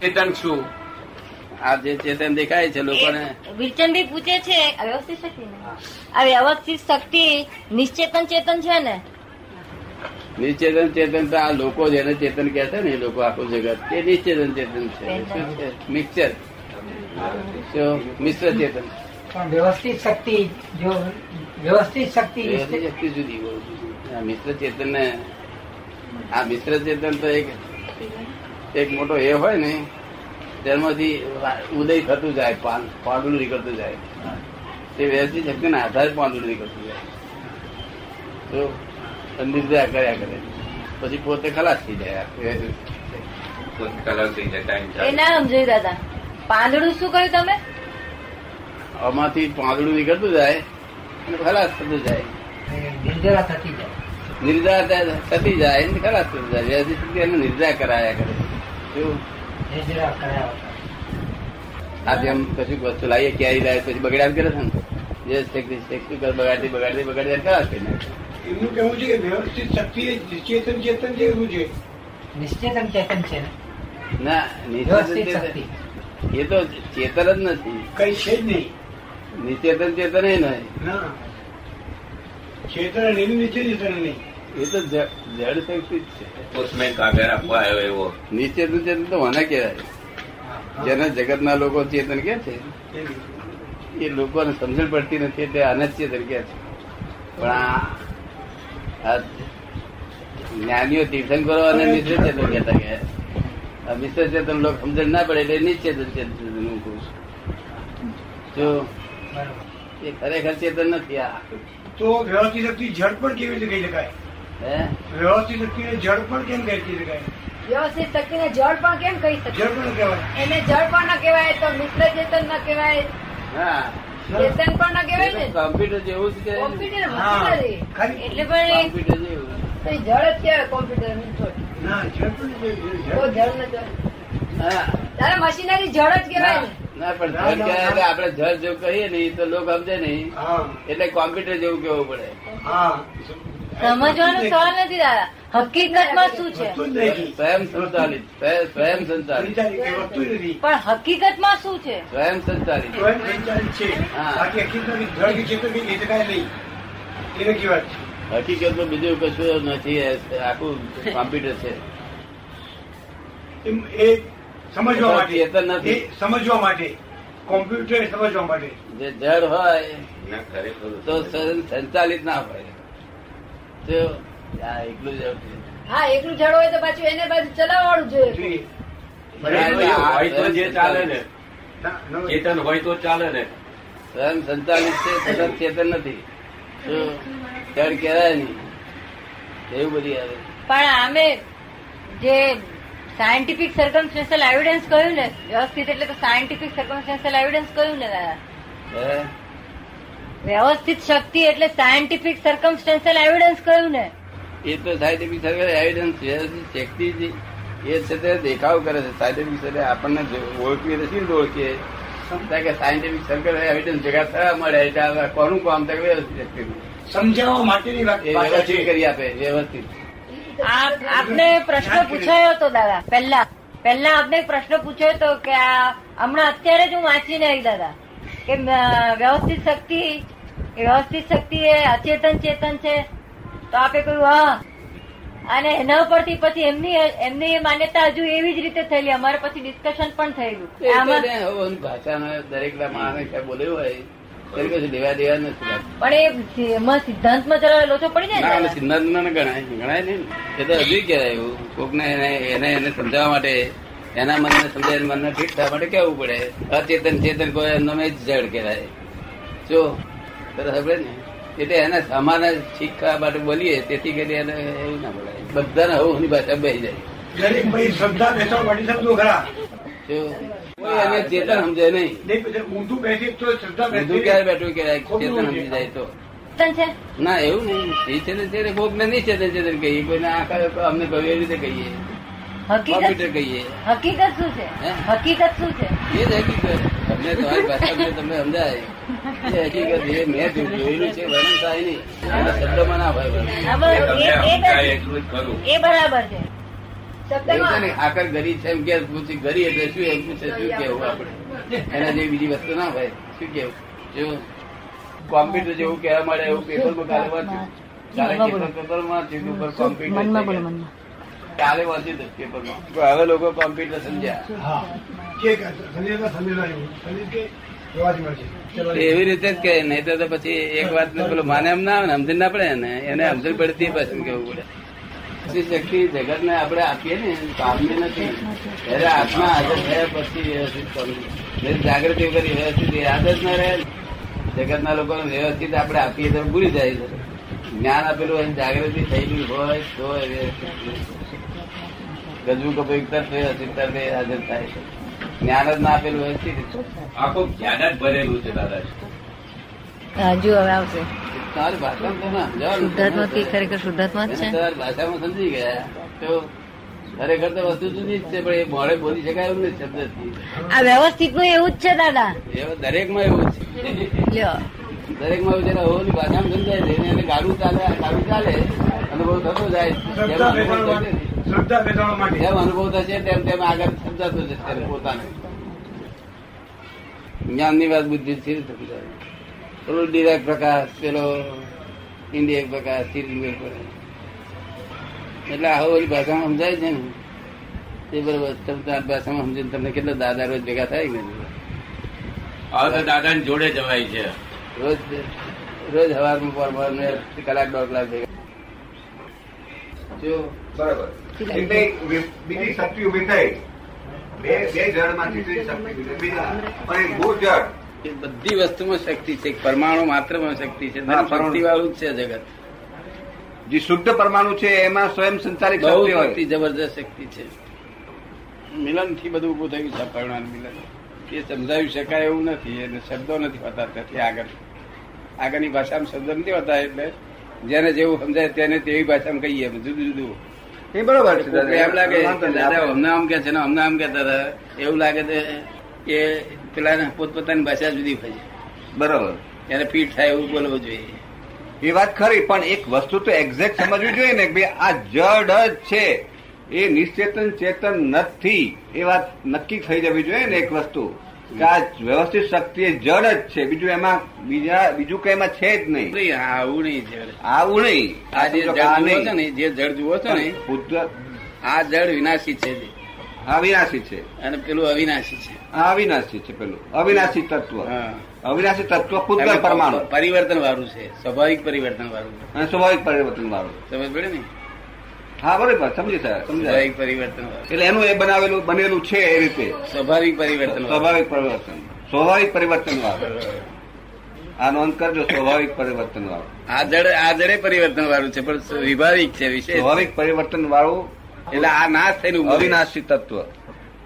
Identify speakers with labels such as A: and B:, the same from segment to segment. A: ચેતન છું આ જે ચેતન દેખાય છે લોકોને
B: વિરચનભાઈ પૂછે છે અવ્યવસ્થિત શક્તિ ને? આ વ્યવસ્થિત શક્તિ નિશ્ચેતન ચેતન છે ને
A: નિશ્ચેતન ચેતન તો આ લોકો જેને ચેતન કહે છે ને એ લોકો આખું જગત તે નિશ્ચેતન ચેતન છે શું છે મિક્સર શું? મિશ્ર ચેતન
C: પણ વ્યવસ્થિત શક્તિ જો વ્યવસ્થિત શક્તિ
A: વ્યવસ્થિત શક્તિ જુદી બહુ જુદી. આ મિશ્ર ચેતન ને આ મિશ્ર ચેતન તો એક એક મોટો એ હોય ને તેમાંથી ઉદય થતું જાય પાન- પાંડુલ નીકળતું જાય તે વ્યવસ્થિત શક્તિના આધારે પાંડુલ નીકળતું જાય તો સંદિગ્ધા કર્યા કરે પછી પોતે ખલાસ થઈ જાય
D: કલર થઈ જાય
B: એ ના સમજાયું દાદા પાંદડું શું કહ્યું તમે
A: આમાંથી પાંદડું નીકળતું જાય અને ખલાસ થતું જાય
C: નિર્જરા થતી જાય
A: નિર્જા થતી જાય અને ખલાસ થતું જાય વ્યવસ્થિત શક્તિ એને નિર્જા કરાયા કરે શું
C: નિર્જરા કરાયા વગર.
A: આ જેમ કશું વસ્તુ લાવીએ ક્યારે લાવીએ પછી બગડ્યા કરે છે ને જે શક્તિ- શક્તિ કર બગાડતી બગાડતી બગાડતી ખલાસ થઈ નાખે
E: એમનું કેવું છે કે વ્યવસ્થિત શક્તિ એ ચેતન ચેતન જે એવું છે
C: નિશ્ચેતન ચેતન છે ને
A: ના
C: વ્યવસ્થિત
A: નિશ્ચેતન
C: શક્તિ
A: ચેતન એ તો ચેતન જ નથી
E: કઈ છે જ નહીં
A: નિશ્ચેતન ચેતન એ નહીં
E: ના ચેતન અને એની નીચે ચેતન નહીં
A: એ તો જડ જડ શક્તિ જ છે
D: પોસ્ટમેન કાગળ આપવા આવ્યો એવો
A: નિશ્ચેતન ચેતન તો મને કહેવાય જેને જગતના લોકો ચેતન કે છે એ
E: એની.
A: લોકોને સમજણ પડતી નથી એટલે અનસ્ય તરીકે છે પણ આ આ જ્ઞાનીઓ તીર્થંકરો અને મિશ્ર ચેતન કહેતા કે આ મિશ્ર ચેતન લોકો સમજણ ના પડે એટલે નિશ્ચેતન ચેતન હું કહું છું. જો
C: બરોબર
A: એ ખરેખર ચેતન નથી આ
E: તો વ્યવસ્થિત શક્તિ જડ પણ કેવી રીતે કહી શકાય
A: હે
E: વ્યવસ્થિત શક્તિને જડ પણ કેમ કહી શકાય
B: વ્યવસ્થિત શક્તિને જળ પણ કેમ કહી શકે
E: જડ પણ કહેવાય
B: એને જળ પણ ન કહેવાય તો મિત્ર ચેતન ન કહેવાય
A: હા
B: ચેતન પણ ન કહેવાય ને
A: કોમ્પ્યુટર જેવું જ છે
B: કોમ્પ્યુટર
E: હા,
B: મશીનરી
E: ખરી.
B: એટલે પણ
A: કોમ્પ્યુટર જેવું
B: એ તો એ જળ જ કહેવાય કોમ્પ્યુટર
E: ના જડ પણ
B: બહુ
E: જડ.
B: જળ ન કહેવાય
A: હા
B: તારે મશીનરી જળ જ કહેવાય ને
A: ના પણ જળ કહેવાય એટલે આપણે જળ જેવું કહીએ નહીં તો લોકો સમજે નહીં
E: હા
A: એટલે કોમ્પ્યુટર જેવું કેવું પડે
E: હા
B: સમજવાનો સવાલ નથી દાદા હકીકતમાં શું છે
E: વસ્તુ જ નહીં.
A: સ્વયં સંચાલિત સ્વયં- સ્વયં સંચાલિત
E: સંચાલિત એ વસ્તુ જ નથી
B: પણ હકીકતમાં શું છે
A: સ્વયં સંચાલિત
E: સ્વયં સંચાલિત છે
A: હા.
E: બાકી હકીકતની જડ કે ચેતન કંઈ કહી શકાય નહીં એ નક્કી વાત છે
A: હકીકતમાં બીજું કશું નથી એ આખું કોમ્પ્યુટર છે
E: એમ એ સમજવા માટે
A: ચેતન નથી.
E: એ સમજવા માટે કોમ્પ્યુટર સમજવા માટે
A: જે જળ હોય
D: ના ખરેખર
A: તો સ્વયં સંચાલિત ના હોય તો આ એકલું જ આવતું.
B: હા એકલું જળ હોય તો પાછું એને બાજુ ચલાવવાનું જોઈએ
E: જોઈએ.
D: હોય તો જે ચાલે ને
E: ના, ના.
D: ચેતન હોય તો ચાલે ને
A: સ્વયં સંચાલિત છે સતત ચેતન નથી તો જળ કહેવાય નહીં એવું બધી આવે
B: પણ આમે જે સાયન્ટિફિક સર્કમસ્ટેન્શિયલ એવિડન્સ કહ્યું ને વ્યવસ્થિત એટલે તો સાયન્ટિફિક સર્કમસ્ટેન્શિયલ એવિડન્સ કહ્યું ને દાદા
A: હે?
B: વ્યવસ્થિત શક્તિ એટલે સાયન્ટિફિક સર્કમસ્ટેન્શિયલ એવિડન્સ કહ્યું ને
A: એ તો સાયન્ટિફિક સર્વે એવિડન્સ છે શક્તિ જે- એ છે તે દેખાવ કરે છે સાયન્ટિફિક સર્વે આપણને જે ઓળખીએ તો શી રીતે ઓળખીએ કારણ કે સાયન્ટિફિક સર્વે એવિડન્સ ભેગા થવા મળે એટલે આ કોનું કામ તો વ્યવસ્થિત શક્તિનું.
E: સમજાવવા માટેની વાત
A: એ
E: વાત
A: વ્યવસ્થિત
E: છે.
A: કરી આપે વ્યવસ્થિત
B: આપ આપને પ્રશ્ન પૂછાયો હતો દાદા પહેલા પહેલા આપને એક પ્રશ્ન પૂછ્યો હતો કે આ હમણાં અત્યારે જ હું વાંચીને આવી દાદા કે અ, વ્યવસ્થિત શક્તિ એ વ્યવસ્થિત શક્તિ એ અચેતન ચેતન છે તો આપે કહ્યું હા અને એના ઉપરથી પછી એમની એમની એ માન્યતા હજુ એવી જ રીતે થયેલી અમારે પછી ડિસ્કશન પણ
A: એ
B: થયેલું
A: તો
B: આમાં
A: ને હવે ભાષામાં દરેક માણસ બોલ્યું હોય ત્યારે કશું લેવા દેવા નથી
B: પણ એ એમાં સિદ્ધાંતમાં જરા લોચો પડી
A: ના
B: જાય ને
A: અને
B: દાદા.
A: સિદ્ધાંત ના ગણાય ગણાય નહીં ને. એ તો હજુ કહેવાય એવું કોકને એને- એને એને સમજાવવા માટે એના મનને સમજાય મનને ઠીક થવા માટે કહેવું પડે અચેતન ચેતન કોઈ એમનામાં એ જ જડ કહેવાય જો તરત સાંભળે ને એટલે એને અમારે ઠીક થવા માટે બોલીએ તેથી કરી એને એવું ના બોલાય બધાને હવની ભાષા બેસી જાય
E: દરેક ભાઈ શ્રદ્ધા બેસવા માટે શબ્દો ખરા
A: જો કોઈ એને ચેતન સમજે નહીં
E: નહીં પછી ઊંધું બેસે તો શ્રદ્ધા
A: બધું
E: બેસે
A: ક્યારે બેઠું કહેવાય ચેતન સમજી જાય તો
B: ચેતન છે
A: ના એવું નહીં નિશ્ચેતન ચેતન કોકને નિશ્ચેતન ચેતન કહીએ કોઈને આખા અમને કહ્યું એવી રીતે કહીએ
B: હકીકત
A: કોમ્પ્યુટર કહીએ
B: હકીકત શું છે
A: હે?
B: હકીકત શું છે
A: એ જ હકીકત તમને તમારી ભાષામાં તમને સમજાય એ હકીકત એ મેં જો- જોયેલું છે વર્ણન થાય નહીં એના શબ્દોમાં ના હોય વર્ણન.
B: આ
D: એ
B: બધું
D: તમને
B: એ- એ
D: અહંકાર
B: બધું-
D: એટલું જ કરું
B: એ બરાબર છે
A: એવું છે ને, આકર ગરી છે એમ કે પૂછી ગરી એટલે શું એમ પૂછે શું કેવું આપણે એના જેવી બીજી વસ્તુ ના હોય શું કેવું જો કોમ્પ્યુટર જેવું કહેવા મળે એવું પેપરમાં કાલે વાંચ્યું કાલે પેપરમાં વાંચ્યું કે ઉપર કોમ્પ્યુટર
B: મનમાં
A: છે.
B: બોલો મનમાં
A: કાલે વાંચ્યું હતું પેપરમાં પણ હવે લોકો કોમ્પ્યુટર સમજ્યા
F: હા કે શનિવાર શનિવાર એવું શનિ કે રવિવારે મળશે. ચલો.
A: તે એવી રીતે જ કહે નહીં તો તો પછી એક વાત ને પેલું માને એમ ના આવે ને સમજણ ના પડે ને એને સમજણ પડતી પસંદ કેવું પડે પછી શક્તિ જગત ને આપણે આપીએ ને એને પામી નથી ત્યારે આત્મા હાજર થયા પછી વ્યવસ્થિત કરવું જ્યારે જાગૃતિ કરી વ્યવસ્થિત યાદ જ ના રહે જગત ના લોકો વ્યવસ્થિત આપણે આપીએ તો ભૂલી જાય છે જ્ઞાન આપેલું હોય જાગૃતિ થયેલી હોય તો એ વ્યવસ્થિત ગજવું કપી તરફ વ્યવસ્થિત તરફ એ હાજર થાય છે જ્ઞાન જ ના આપેલું વ્યવસ્થિત
D: આખું જ્ઞાન જ ભરેલું છે દાદાજી
B: હજુ હવે આવશે
A: તમારી ભાષામાં તો ના સમજાવાનું.
B: શુદ્ધાત્માથી ખરેખર શુદ્ધાત્મા જ છે
A: તમારી ભાષામાં સમજી ગયા તો ખરેખર તો વસ્તુ જુદી જ છે પણ એ મોડે બોલી શકાય એવું નથી શબ્દથી
B: આ વ્યવસ્થિત નું એવું જ છે દાદા
A: એવા દરેકમાં એવું છે
B: લ્યો
A: દરેકમાં એવું છે કે અહોની ભાષામાં સમજાય છે એને- એને ગાડું ચાલે ગાડું ચાલે અનુભવ થતો જાય જેમ
F: શ્રદ્ધા
A: અનુભવ
F: બેસાડવા
A: થશે,
F: શ્રદ્ધા બેસાડવા માટે
A: જેમ અનુભવ થશે તેમ તેમ આગળ સમજાતો જશે પોતાને જ્ઞાનની વાત બુદ્ધિ સ્થિર થતી જાય પેલો ડિરેક પ્રકાશ પેલો ઇન્ડિયન પ્રકાશ સ્થિર વિવેક પ્રકાશ. એટલે આવો ઓલી ભાષામાં સમજાય છે ને તે બરોબર તમે તો આ ભાષામાં સમજીને તમને કેટલા દાદા રોજ ભેગા થાય ને
D: હવે તો દાદાની જોડે જવાય છે
A: રોજ રોજ હવારમાં પરમાર કલાક દોઢ કલાક ભેગા જો
E: બરાબર એટલે વે- બીજી શક્તિ ઉભી થઈ બે બે જળ માંથી બીજી શક્તિ ઉભી થઈ પણ એ ભૂ જળ
A: એ બધી વસ્તુમાં શક્તિ છે પરમાણુ માત્રમાં શક્તિ છે
E: હા, પરમાણુ.
A: શક્તિ વાળું જ છે જગત
E: જે શુદ્ધ પરમાણુ છે એમાં સ્વયં સંચાલિત
A: બહુ
E: શક્તિ હોય
A: શક્તિ જબરદસ્ત શક્તિ છે મિલન થી બધું ઉભું થયું છે પરિણામ મિલન એ સમજાવી શકાય એવું નથી એટલે શબ્દો નથી હોતા ત્યાંથી આગળ આગળની ભાષામાં શબ્દો નથી હોતા એટલે જેને જેવું સમજાય તેને તેવી ભાષામાં કહીએ જુદું જુદું
E: એ બરોબર છે
A: કોકને એમ લાગે
E: વાંધો
A: કે
E: નહીં.
A: દાદા હમણાં આમ કે છે ને હમણાં આમ કહેતા હતા એવું લાગે છે કે પેલા પોતપોતાની ભાષા જુદી હોય છે
E: બરોબર
A: એને ફીટ થાય એવું બોલવું જોઈએ
E: એ વાત ખરી પણ એક વસ્તુ તો એક્ઝેક્ટ સમજવી જોઈએ ને કે ભઈ આ જડ જ છે એ નિશ્ચેતન ચેતન નથી એ વાત નક્કી થઈ જવી જોઈએ ને એક વસ્તુ કે આ વ્યવસ્થિત શક્તિ એ જડ જ છે બીજું એમાં બીજા બીજું કઈ એમાં છે જ નહીં
A: નહીં, આવું નહીં જળ
E: આવું નહીં
A: આ જે
E: સમજો
A: જળ
E: કે આ
A: જુઓ છો
E: નહીં.
A: ને જે જળ જુઓ છો ને
E: પુત્ર-
A: આ જળ વિનાશી છે જે.
E: અવિનાશી છે
A: અને પેલું અવિનાશી છે
E: આ અવિનાશી છે પેલું અવિનાશી તત્વ
A: હા.
E: અવિનાશી તત્વ પૂતગલ પરમાણુ
A: પરિવર્તન વાળું છે સ્વાભાવિક પરિવર્તન વાળું
E: અને સ્વાભાવિક પરિવર્તન વાળું
A: સમજ પડે ને
E: હા બરોબર સમજી સર સમજાય
A: સ્વાભાવિક પરિવર્તન વાળું
E: એટલે એનું એ બનાવેલું બનેલું છે એ રીતે
A: સ્વાભાવિક પરિવર્તન વાળું.
E: સ્વાભાવિક પરિવર્તન સ્વાભાવિક પરિવર્તન વાળું આ નોંધ કરજો સ્વાભાવિક પરિવર્તન વાળું
A: આ જળ આ જળે પરિવર્તન વાળું છે પણ વિભાવિક છે વિશેષ
E: સ્વાભાવિક પરિવર્તન વાળું
A: એટલે આ નાશ થઈને ઉભું રહે.
E: અવિનાશી તત્વ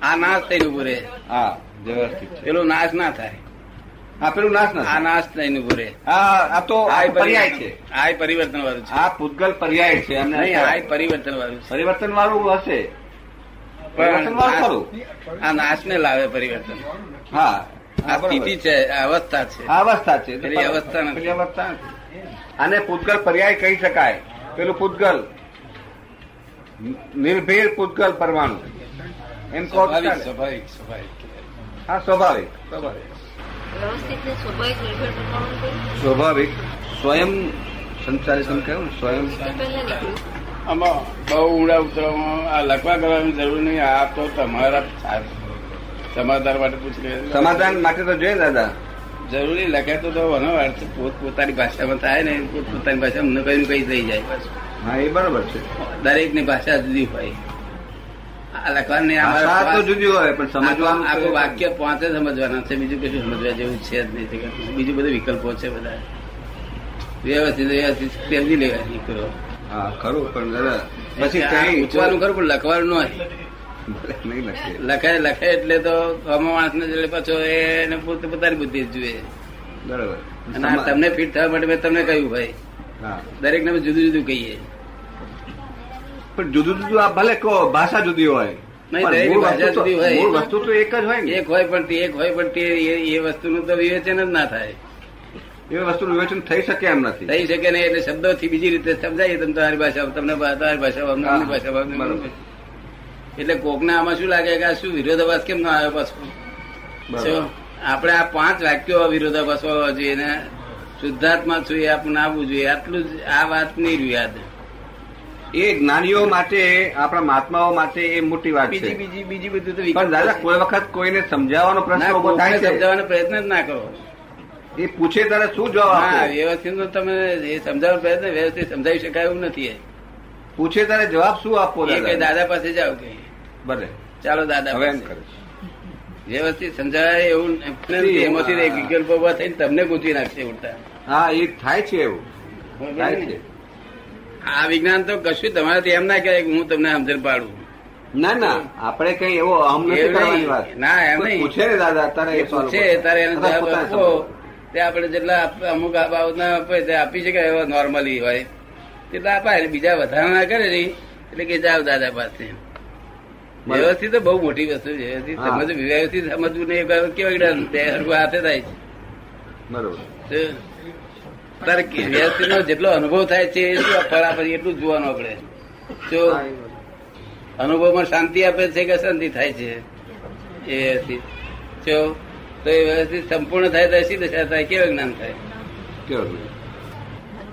A: આ નાશ થઈને ઉભું રહે
E: હા વ્યવસ્થિત છે
A: પેલો નાશ ના થાય
E: આ પેલું નાશ
A: આ
E: નથી
A: નાશ થઈને ઉભું રહે
E: આ આ તો આ
A: આ
E: પર્યાય છે
A: આ પરિવર્તન વાળું છે
E: આ પૂતગલ પર્યાય છે એમને
A: નહીં આ પરિવર્તન વાળું છે
E: પરિવર્તન વાળું હશે પરિવર્તન વાળું ખરું
A: આ નાશ ને લાવે પરિવર્તન
E: હા
A: આ સ્થિતિ છે આ અવસ્થા છે
E: આ અવસ્થા છે
A: પેલી અવસ્થા નથી.
E: પેલી અવસ્થા નથી. આને પૂતગલ પર્યાય કહી શકાય પેલું પૂતગલ નિર્ભેર પૂતગલ પરમાણુ એમ કહો તો
A: સ્વાભાવિક
E: ચાલે.
A: સ્વાભાવિક સ્વાભાવિક
E: હા સ્વાભાવિક
B: વ્યવસ્થિત ને સ્વાભાવિક નિર્ભર પ્રમાણમાં કહ્યું.
E: સ્વાભાવિક સ્વયં સંચાલિત એમ કહ્યું ને, સ્વયં
B: એ પહેલા નીકળ્યું
A: આમાં બહુ ઊંડા ઉતરવામાં આ લખવા કરવાની જરૂર નહીં આ તો તમારા સમાધાન માટે પૂછી લેજો.
E: સમાધાન માટે તો જોઈએ દાદા
A: જરૂરી લખે તો તો વનો અર્થ પોત પોતાની ભાષામાં થાય ને પોત પોતાની ભાષામાં ન કઈ કઈ થઈ જાય બસ
E: હા એ બરાબર છે
A: દરેકની ભાષા જુદી હોય આ લખવાની
E: ભાષા તો જુદી હોય પણ સમજવાનું
A: આખું
E: તો-
A: વાક્ય પાંચે સમજવાના છે બીજું કશું સમજવા જેવું છે જ નહીં જગતમાં. બીજું બધું વિકલ્પો છે બધા વ્યવસ્થિત વ્યવસ્થિત સમજી લેવાની કરો
E: હા ખરું પણ દાદા પછી
A: પછી
E: કઈ
A: ઉચવાનું ખરું પણ લખવાનું નહીં
E: ભલે નહીં લખીએ
A: લખે લખે એટલે તો અમો માણસને એટલે પાછો એને પોતે પોતાની બુદ્ધિ જ જુએ
E: બરાબર
A: અને આ તમને ફિટ થવા માટે મેં તમને કહ્યું ભાઈ
E: હા
A: દરેકને અમે જુદું જુદું કહીએ
E: પણ જુદું જુદું આપ ભલે કહો ભાષા જુદી હોય
A: નહીં,
E: પણ
A: દરેક
E: મૂળ
A: ભાષા
E: વસ્તુ તો-
A: જુદી હોય.
E: મૂળ વસ્તુ તો એક જ હોય ને
A: એક હોય પણ તે એક હોય પણ તે એ- એ વસ્તુનું તો વિવેચન જ ના થાય
E: એ વસ્તુનું વિવેચન થઈ શકે એમ નથી
A: થઈ શકે ને એટલે શબ્દોથી બીજી રીતે સમજાય તમે તમારી ભાષામાં તમને ભા- તમારી ભાષામાં અમને
E: હા,
A: અમની ભાષામાં અમને
E: બરાબર.
A: અમની ભાષામાં. એટલે કોકને આમાં શું લાગે કે આ શું વિરોધાભાસ કેમ ના આવ્યો પાછો શું? આપણે આ પાંચ વાક્યો વિરોધાભાસ હોવા જોઈએ ને શુદ્ધાત્મા છું એ આપણને આવવું જોઈએ આટલું જ આ વાત નહીં રહ્યું યાદ
G: એ જ્ઞાનીઓ માટે આપણા મહાત્માઓ માટે એ મોટી વાત
A: બીજી
G: છે
A: બીજી બીજી બધું તો
G: પણ દાદા
A: વિકલ્પ
G: કોઈ વખત કોઈને સમજાવવાનો
A: ના,
G: પ્રશ્ન ઉભો
A: કોકને
G: થાય છે
A: સમજાવવાનો પ્રયત્ન જ ના કરો
G: એ પૂછે ત્યારે શું જવાબ
A: હા
G: આપો
A: વ્યવસ્થિત તો તમે એ સમજાવવાનો પ્રયત્ન વ્યવસ્થિત સમજાવી શકાય એવું નથી
G: પૂછે ત્યારે જવાબ શું આપવો
A: એ કઈ
G: દાદા
A: દાદા પાસે જાઓ કે
G: ભલે
A: ચાલો દાદા
G: હવે એમ
A: પાસે.
G: કરે
A: વ્યવસ્થિત સમજાય એવું નથી. એમાંથી એક વિકલ્પ ઉભા થઈને તમને ગૂંચવી નાખશે ઉડતા
G: હા એ થાય છે એવું થાય છે
A: આ વિજ્ઞાન તો કશું તમારાથી એમ ના કહેવાય કે હું તમને સમજણ પાડું
G: ના ના આપણે કઈ એવો અહમ નથી
A: એવું
G: કરવાની
A: નહીં.
G: વાત
A: ના, એમ
G: કોઈ
A: નહીં.
G: પૂછે ને દાદા તારે
A: એ
G: એ સવાલ
A: પૂછે તારે એનો
G: દાદા
A: જવાબ
G: પોતાને
A: આપો તે આપણે જેટલા આપ- અમુક આ બાબતના આપે તે આપી શકાય એવા નોર્મલી હોય તેટલા અપાય એટલે બીજા વધારા ના કરે નહીં એટલે કે જાઓ દાદા પાસે
G: બરાબર.
A: વ્યવસ્થિત તો બહુ મોટી વસ્તુ છે વ્યવસ્થિત
G: હા.
A: સમજવું વ્યવસ્થિત સમજવું નહીં કેવા જ્ઞાન તે હરખું હાથે થાય છે
G: બરોબર
A: તો તારે કે- વ્યવસ્થિતનો જેટલો અનુભવ થાય છે એ શું ફળ આપે છે એટલું જ જોવાનું આપણે જો
G: હા, એ બરોબર.
A: અનુભવમાં શાંતિ આપે છે કે અશાંતિ થાય છે એ વ્યવસ્થિત જો તો એ વ્યવસ્થિત સંપૂર્ણ થાય તો શી દશા થાય કેવું જ્ઞાન થાય
G: કેવું છે?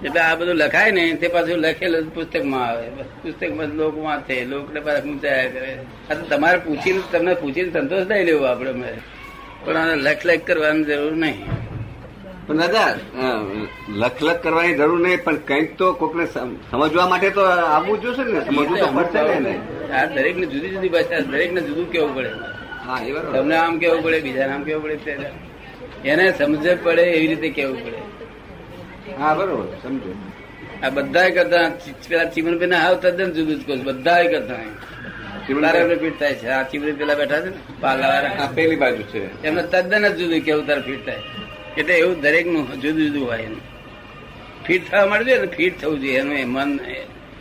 A: એટલે આ બધું લખાય ને તે પાછું લખેલું પુસ્તકમાં આવે પુસ્તકમાં લોકો વાંચે લોકોને પાછા પૂછાયા કરે આ તો તમારે પૂછીને તમને પૂછીને સંતોષ થઈ લેવો આપણે મારે. પણ આને લખ લખ કરવાની જરૂર નહીં
G: પણ દાદા અ, લખલખ કરવાની જરૂર નહીં પણ કંઈક તો કોકને સમ- સમજવા માટે તો આવવું જોશે ને સમજવું તો પડશે ને એને.
A: આ દરેક ને જુદી જુદી ભાષા દરેક ને જુદું કેવું પડે
G: હા એ બરોબર
A: તમને આમ કેવું પડે બીજા આમ કેવું પડે ત્યારે. એને સમજે પડે એવી રીતે કેવું પડે
G: હા બરોબર સમજો
A: આ બધા કરતા ચી- પેલા ચીમન પેલા હાવ તદ્દન જુદું જ કોર્સ બધા કરતા તારે એમને ફિટ થાય છે આ ચીમન પેલા બેઠા છે ને
G: આ
A: પાલાવાળા
G: પેલી બાજુ છે
A: એમને તદ્દન જ જુદું કેવું તારે ફિટ થાય એટલે એવું દરેક નું જુદું જુદું હોય એનું ફિટ થવા માટે જોઈએ ને ફિટ થવું જોઈએ એનું એ મન એ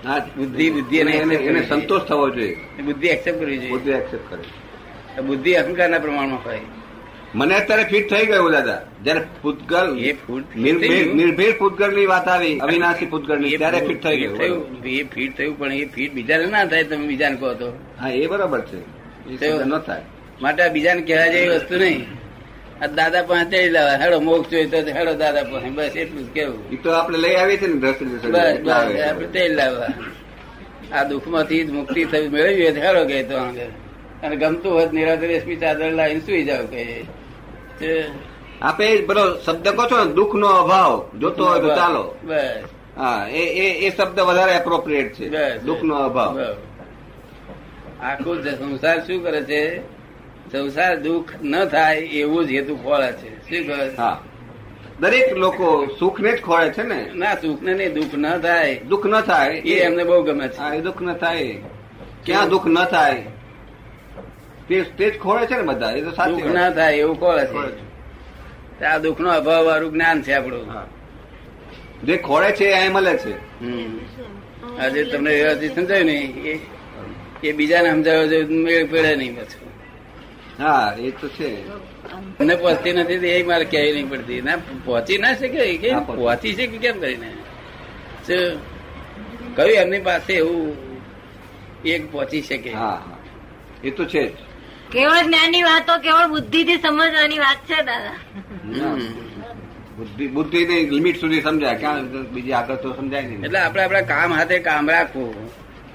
G: હા
A: બુદ્ધિ- બુદ્ધિ એને
G: એને એને
A: accept કરવી
G: સંતોષ થવો જોઈએ
A: બુદ્ધિ એક્સેપ્ટ કરવી જોઈએ
G: બુદ્ધિ એક્સેપ્ટ કરે
A: આ બુદ્ધિ અહંકારના પ્રમાણમાં હોય
G: મને અત્યારે ફિટ થઈ ગયું દાદા જયારે પૂતગલ
A: એ ફૂટ
G: નિર્ભીડ નિર્ભીડ પૂતગલ ની વાત આવી અવિનાશી પૂતગલ ની ત્યારે ફિટ થઈ ગયું
A: થયું એ ફિટ થયું પણ એ ફિટ બીજાને ના થાય તમે બીજાને કહો તો
G: હા એ બરોબર છે એ
A: થયું.
G: ન થાય
A: માટે આ બીજાને કહેવા જેવી વસ્તુ નહીં આ દાદા પાસે જઈ લાવે હેડો મોક્ષ જોઈએ તો હેડો દાદા પાસે બસ એટલું જ કેવું
G: એ તો આપણે લઈ આવીએ છીએ ને દ્રષ્ટિ
A: બસ બસ આપણે
G: આવે
A: તે લાવવા આ દુઃખમાંથી જ મુક્તિ થવી મેળવી હોય તો હેડો કે તો આગળ અને ગમતું હોત નિરાતે રેશમી ચાદર લાવીને સુઈ જાવ કે તે
G: આપે એ પેલો શબ્દ કહો છો ને દુઃખ નો અભાવ જોતો હોય તો ચાલો
A: બસ
G: હા એ એ એ શબ્દ વધારે એપ્રોપ્રિએટ છે
A: બસ
G: દુઃખ નો અભાવ
A: બસ. આખો જ સંસાર શું કરે છે સંસાર દુઃખ ન થાય એવું જ હેતુ ખોળે છે શું કહે છે?
G: હા દરેક લોકો સુખ ને જ ખોળે છે ને
A: ના સુખ ને નહીં દુઃખ ન થાય
G: દુઃખ ન થાય
A: એ એમને બહુ ગમે છે
G: હા એ દુઃખ ન થાય ક્યાં દુઃખ ન થાય તે તે જ ખોળે છે ને બધા એ તો સાચી
A: દુઃખ
G: વાત.
A: ના થાય એવું કોણ
G: ખોળે છે.
A: છે આ દુઃખ નો અભાવ વાળું જ્ઞાન છે આપણું
G: હા. જે ખોળે છે એ મળે છે
A: હમ. આજે તમને વ્યવસ્થિત સમજાયું ને એ- એ બીજાને સમજાવ્યો છે મેળ પડે નહીં પાછું
G: હા એ તો છે
A: મને પહોંચતી નથી તો એ મારે કહેવી નહીં પડતી ના પહોંચી ના શકે કે
G: ના પહોંચી.
A: પહોંચી શકે કેમ કરીને તો કયું એમની પાસે એવું એક પહોંચી શકે
G: હા હા એ તો છે જ
B: કેવળ જ્ઞાનની વાતો કેવળ બુદ્ધિથી સમજવાની વાત છે દાદા
G: ના. બુદ્ધિ બુદ્ધિ લિમિટ સુધી સમજાય ક્યાં બીજી આગળ તો સમજાય નહીં
A: એટલે આપણે આપણા કામ હાથે કામ રાખવું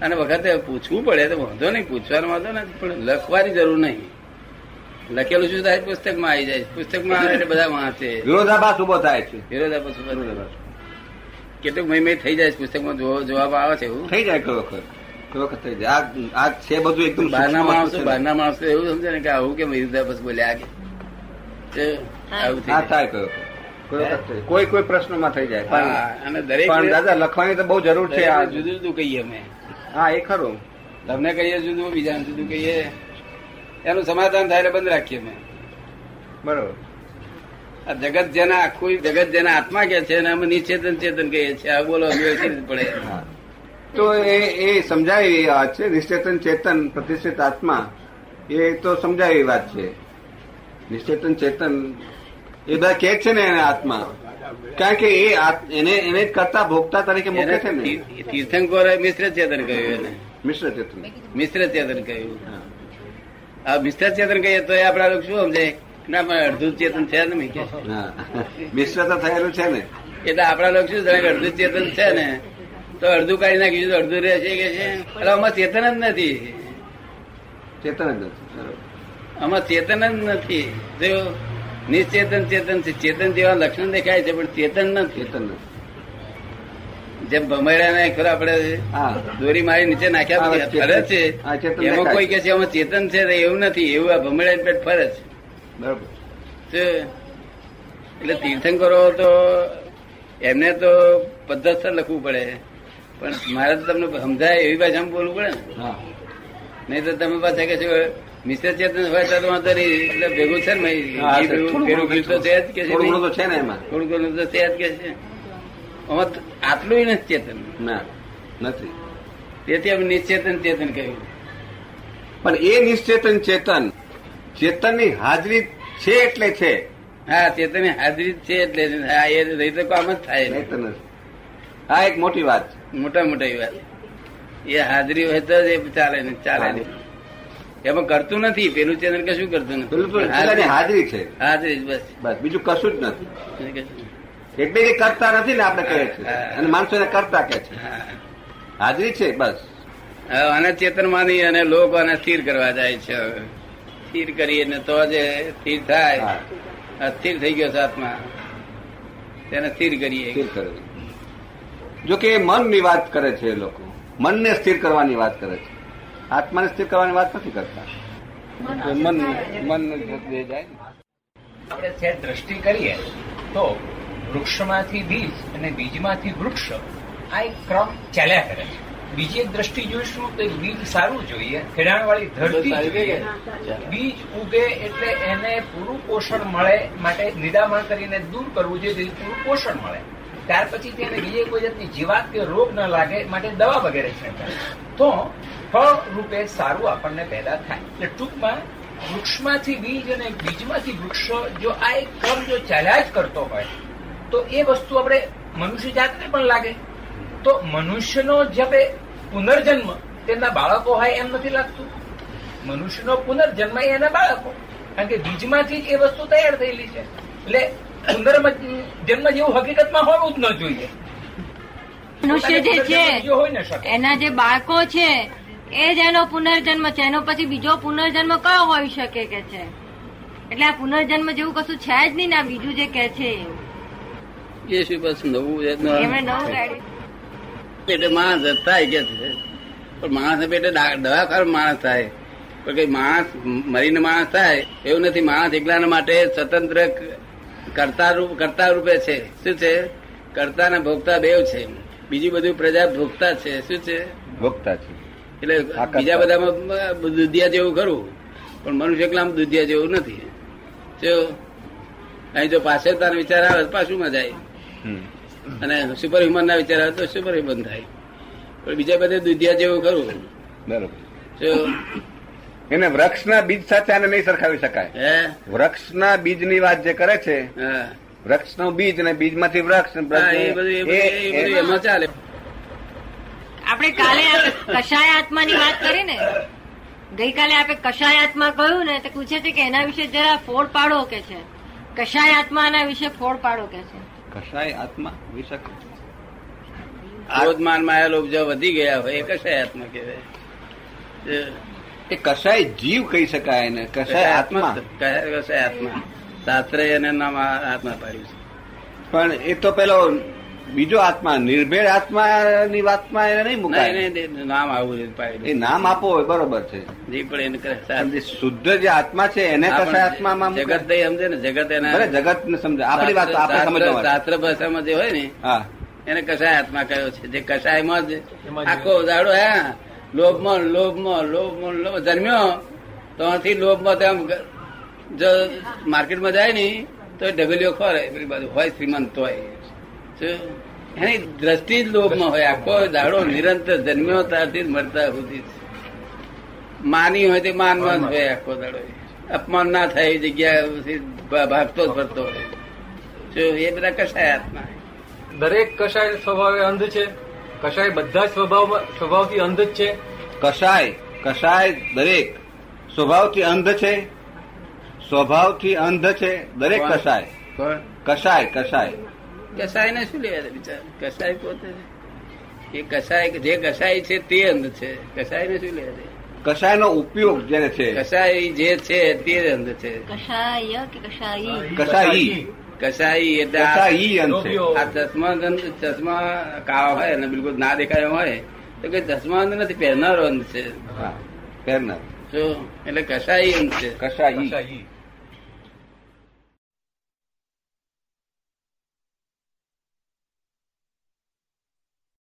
A: અને વખતે પૂછવું પડે તો વાંધો નહીં પૂછવાનો વાંધો નથી પણ લખવાની જરૂર નહીં લખેલું શું થાય પુસ્તકમાં આવી જાય પુસ્તકમાં આવે એટલે બધા વાંચે
G: વિરોધાભાસ ઉભો થાય છે
A: વિરોધાભાસ ઉભા થાય. કેટલુંક મહિમય થઈ જાય છે પુસ્તકમાં જોવો- જવાબ આવે છે એવું
G: થઈ જાય કોઈ વખત કોઈ વખત થઈ જાય આ આ છે બધું એકદમ
A: બહારના
G: સૂક્ષ્મ
A: માણસો
G: છે.
A: બહારના માણસો એવું સમજે ને કે આવું કેમ વિરોધાભાસ બોલ્યા કે તે આવું થઈ
G: હા
A: જાય.
G: થાય કોઈ વખત કોઈ વખત થઈ. કોઈ કોઈ પ્રશ્નમાં થઈ જાય
A: હા,
G: પણ
A: અને
G: પણ
A: દરેક
G: દાદા લખવાની તો બહુ જરૂર છે આ
A: દરેકને જુદું જુદું કહીએ અમે
G: હા એ ખરું
A: તમને કહીએ જુદું બીજાને જુદું કહીએ એનું સમાધાન થાય એટલે બંધ રાખીએ અમે
G: બરોબર
A: આ જગત જેના આખું જગત જેના આત્મા કે છે એને અમે નિચેતન ચેતન કહીએ છીએ આ બોલો અમે ઓછી રીતે પડે
G: હા. તો એ એ સમજાય એવી વાત છે નિશ્ચેતન ચેતન પ્રતિષ્ઠિત આત્મા એ તો સમજાય એવી વાત છે નિશ્ચેતન ચેતન એ બધા કે છે ને એને આત્મા કારણ કે એ આત- એને એને જ કરતા ભોગતા તરીકે મૂકે છે
A: એને
G: ને
A: તી- તીર્થંકરે મિશ્ર ચેતન કહ્યું એને
G: મિશ્ર ચેતન
A: મિશ્ર ચેતન કહ્યું આ મિશ્ર ચેતન કહીએ તો એ આપણા લોકો શું સમજે ના પણ અડધું ચેતન છે ને મેં કે
G: હા. મિશ્ર તો થયેલું છે ને
A: એટલે આપણા લોકો શું જાણે કે અડધું ચેતન છે ને તો અડધું કાઢી નાખ્યું તો અડધું રહે છે કે છે એટલે આમાં ચેતન જ નથી
G: ચેતન જ નથી બરોબર.
A: આમાં ચેતન જ નથી જો નિશ્ચેતન ચેતન છે ચેતન જેવા લક્ષણ દેખાય છે પણ ચેતન નથી
G: ચેતન નથી
A: જેમ ભમેડા ને ખરા આપણે
G: હા
A: દોરી મારી નીચે નાખ્યા
G: હા,
A: પછી
G: ચેતન.
A: ફરે છે
G: હા, ચેતન
A: એમાં
G: દેખાય.
A: કોઈ કે છે આમાં ચેતન છે તો એવું નથી એવું આ ભમડા પેટ ફરે છે
G: બરોબર
A: તો એટલે તીર્થંકરો તો એમને તો પદ્ધતસર લખવું પડે પણ મારે તો તમને સમજાય એવી ભાષામાં બોલવું પડે ને
G: હા
A: નહીં તો તમે પાછા કે છો મિશ્ર ચેતન હોય તો વાંધો નહીં એટલે ભેગું છે ને ભાઈ,
G: હા,
A: ઘી
G: છે.
A: ભેગું,
G: થોડું
A: ભેગું
G: ઘણું
A: ઘી તો છે જ કે છે
G: થોડું
A: નહીં?
G: ઘણું તો છે ને એમાં
A: થોડું ઘણું તો છે જ કે છે આમાં તો આટલું નથી ચેતન
G: ના નથી
A: તેથી અમે નિશ્ચેતન ચેતન કહ્યું
G: પણ એ નિશ્ચેતન ચેતન ચેતનની હાજરી છે એટલે છે
A: હા ચેતન હાજરી જ છે એટલે જ. હા એ રહી તો કામ જ થાય નહીં.
G: ચેતન જ. હા એક મોટી વાત છે.
A: મોટા મોટા એ વાત એ હાજરી હોય તો જ એ ચાલે ને ચાલે ને એમાં કરતું નથી પેલું ચેતન કશું કરતું
G: બિલકુલ
A: નથી
G: ચેતનની હાજરી છે
A: હાજરી જ બસ
G: બસ બીજું કશું જ નથી
A: એને કશું.
G: એટલે કે કરતા નથી ને આપણે કહે છે
A: હા.
G: અને માણસો એને કરતા કે છે
A: હા
G: હાજરી છે બસ
A: હવે આને ચેતન માની અને લોકો આને સ્થિર કરવા જાય છે હવે સ્થિર કરીએ ને તો જ એ સ્થિર થાય
G: હા,
A: અસ્થિર થઈ ગયો છે આત્મા તેને સ્થિર કરીએ
G: સ્થિર કરેલું. જો કે એ મનની વાત કરે છે એ લોકો મનને સ્થિર કરવાની વાત કરે છે આત્માને સ્થિર કરવાની વાત નથી કરતા મન મન જે જાય ને.
H: આપણે ત્યાં દ્રષ્ટિ કરીએ તો વૃક્ષમાંથી બીજ અને બીજમાંથી વૃક્ષ આ એક ક્રમ ચાલ્યા કરે છે બીજી એક દ્રષ્ટિ જોઈશું તો એક બીજ સારું જોઈએ ખેડાણવાળી ધરતી જોઈએ બીજ ઉગે એટલે એને પૂરું પોષણ મળે માટે નિદામણ કરીને દૂર કરવું જોઈએ જેથી પૂરું પોષણ મળે ત્યાર પછી તેને બીજે કોઈ જાતની જીવાત કે રોગ ન લાગે માટે દવા વગેરે છંટકાય તો ફળ રૂપે સારું આપણને પેદા થાય એટલે ટૂંકમાં વૃક્ષમાંથી બીજ અને બીજમાંથી વૃક્ષ જો આ એક ક્રમ જો ચાલ્યા જ કરતો હોય તો એ વસ્તુ આપણે મનુષ્ય જાતને પણ લાગે તો મનુષ્યનો જે આપણે પુનર્જન્મ તેમના બાળકો હોય એમ નથી લાગતું મનુષ્યનો પુનર્જન્મ એ એના બાળકો કારણ કે બીજમાંથી જ એ વસ્તુ તૈયાર થયેલી છે એટલે પુનર્મ- જન્મ જેવું હકીકતમાં હોવું જ ન જોઈએ
B: મનુષ્ય જે
H: પોતાને
B: છે
H: પુનર્જન્મ બીજો હોઈ ન શકે
B: એના જે બાળકો છે એ જ એનો પુનર્જન્મ છે એનો પછી બીજો પુનર્જન્મ કયો હોઈ શકે કે છે એટલે આ પુનર્જન્મ જેવું કશું છે જ નહીં ને આ બીજું જે કે છે એવું.
A: એ શું બસ નવું
B: એમણે નવું કાઢ્યું
A: પેટે માણસ જ થાય કે છે પણ માણસ પેટે દા- દવાખાનું માણસ થાય પણ કઈ માણસ મરીને માણસ થાય એવું નથી માણસ એકલાના માટે સ્વતંત્ર ક- કરતા રૂપ કરતા રૂપે છે શું છે કરતા ને ભોગતા બેવ છે બીજું બધું પ્રજા ભોગતા છે શું છે
G: ભોગતા છે
A: એટલે
G: આ કરતા.
A: બીજા બધામાં બ- દુધિયા જેવું ખરું પણ મનુષ્ય એકલામાં દુધિયા જેવું નથી જો અહીં જો પાછળતાનો વિચાર આવે તો પાછું મજા આવી
G: હમ.
A: અને સુપર હ્યુમન ના વિચાર આવે તો સુપર હ્યુમન થાય પણ બીજા બધે દુધિયા જેવું ખરું
G: બરોબર
A: જો
G: એને વૃક્ષના બીજ સાથે આને નહીં સરખાવી શકાય
A: હે
G: વૃક્ષના બીજની વાત જે કરે છે
A: હા
G: વૃક્ષનું બીજ અને બીજમાંથી વૃક્ષ અને
A: હા, એ
G: વૃક્ષનું-
A: બધું એ બધું
G: એ-
A: એ બધું એમાં ચાલે
B: આપણે કાલે આ કશાય આત્માની વાત કરી ને ગઈકાલે આપણે કશાય આત્મા કહ્યું ને તો પૂછે છે કે એના વિશે જરા ફોડ પાડો કે છે કશાય આત્મા એના વિશે ફોડ પાડો કે છે
G: કશાય આત્મા હોઈ શકે
A: ક્રોધ માન માયા લોભ જો વધી ગયા હોય એ કશાય આત્મા કહેવાય જો,
G: એ કશાય જીવ કહી શકાય એને કશાય આત્મા
A: કશાય કશાય આત્મા શાસ્ત્રે એને નામ આ- આત્મા પાડ્યું છે
G: પણ એ તો પેલો બીજો આત્મા નિર્ભેળ આત્માની વાતમાં એને નહીં
A: ના,
G: મુકાય
A: એને એને નામ આવું રીતે
G: એ
A: પાડ્યું
G: નામ આપો એ બરોબર છે
A: જે પણ એને કશાય
G: પણ
A: આત્મા.
G: જે શુદ્ધ જે આત્મા છે એને કશાય આત્મામાં
A: આપણે જગત
G: મુકાય
A: નહીં સમજે ને જગત એના
G: ભલે જગતને સમજાય આપણી વાત તો આપણે
A: શાસ્ત્ર-
G: સમજવા
A: શાસ્ત્ર ભાષામાં જે હોય ને
G: હા
A: એને કસાય આત્મા કયો છે જે કસાયમાં જ આખો દાડો હે લોભમાં લોભમાં લોભમાં લોભ જન્મ્યો તો અહીંથી લોભમાં તેમ ગ- જો માર્કેટમાં જાય ને તો ઢગલીઓ ખોરે પેલી બાજુ હોય શ્રીમંત હોય શું? એની દ્રષ્ટિ જ લોભમાં હોય આખો દાડો નિરંતર જન્મ્યો ત્યારથી જ મરતા સુધી જ. માની હોય તે માનમાં જ હોય આખો દાડો અપમાન ના થાય એ જગ્યાએથી ભા- ભાગતો જ ફરતો હોય શું? એ બધા કસાય આત્મા
I: દરેક કશાય સ્વભાવે અંધ છે કશાય બધા જ સ્વભાવમાં સ્વભાવથી અંધ જ છે
G: કસાય કસાય દરેક સ્વભાવથી અંધ છે સ્વભાવથી અંધ છે દરેક
J: કોણ?
G: કસાય
J: કોણ
G: કસાય કસાય
A: કસાય ને શું લેવા દે બિચારા કસાય પોતે એ કસાય જે કસાય છે તે અંધ છે કસાય ને શું લેવા દે
G: કસાયનો ઉપયોગ જેને છે
A: કસાય જે છે તે અંધ છે
B: કશાય કે કશાઈ
G: કસાઈ
A: કસાય એટલે આ-
G: કસાઈ અંધ છે
A: આ ચશ્મા ગંધ ચશ્મા કાળા હોય અને બિલકુલ ના દેખાય એમ હોય તો કે ચશ્મા અંધ નથી પહેરનારો અંધ છે
G: હા, પહેરનાર
A: જો એટલે કસાય અંધ છે
G: કસાઈ
K: કસાઈ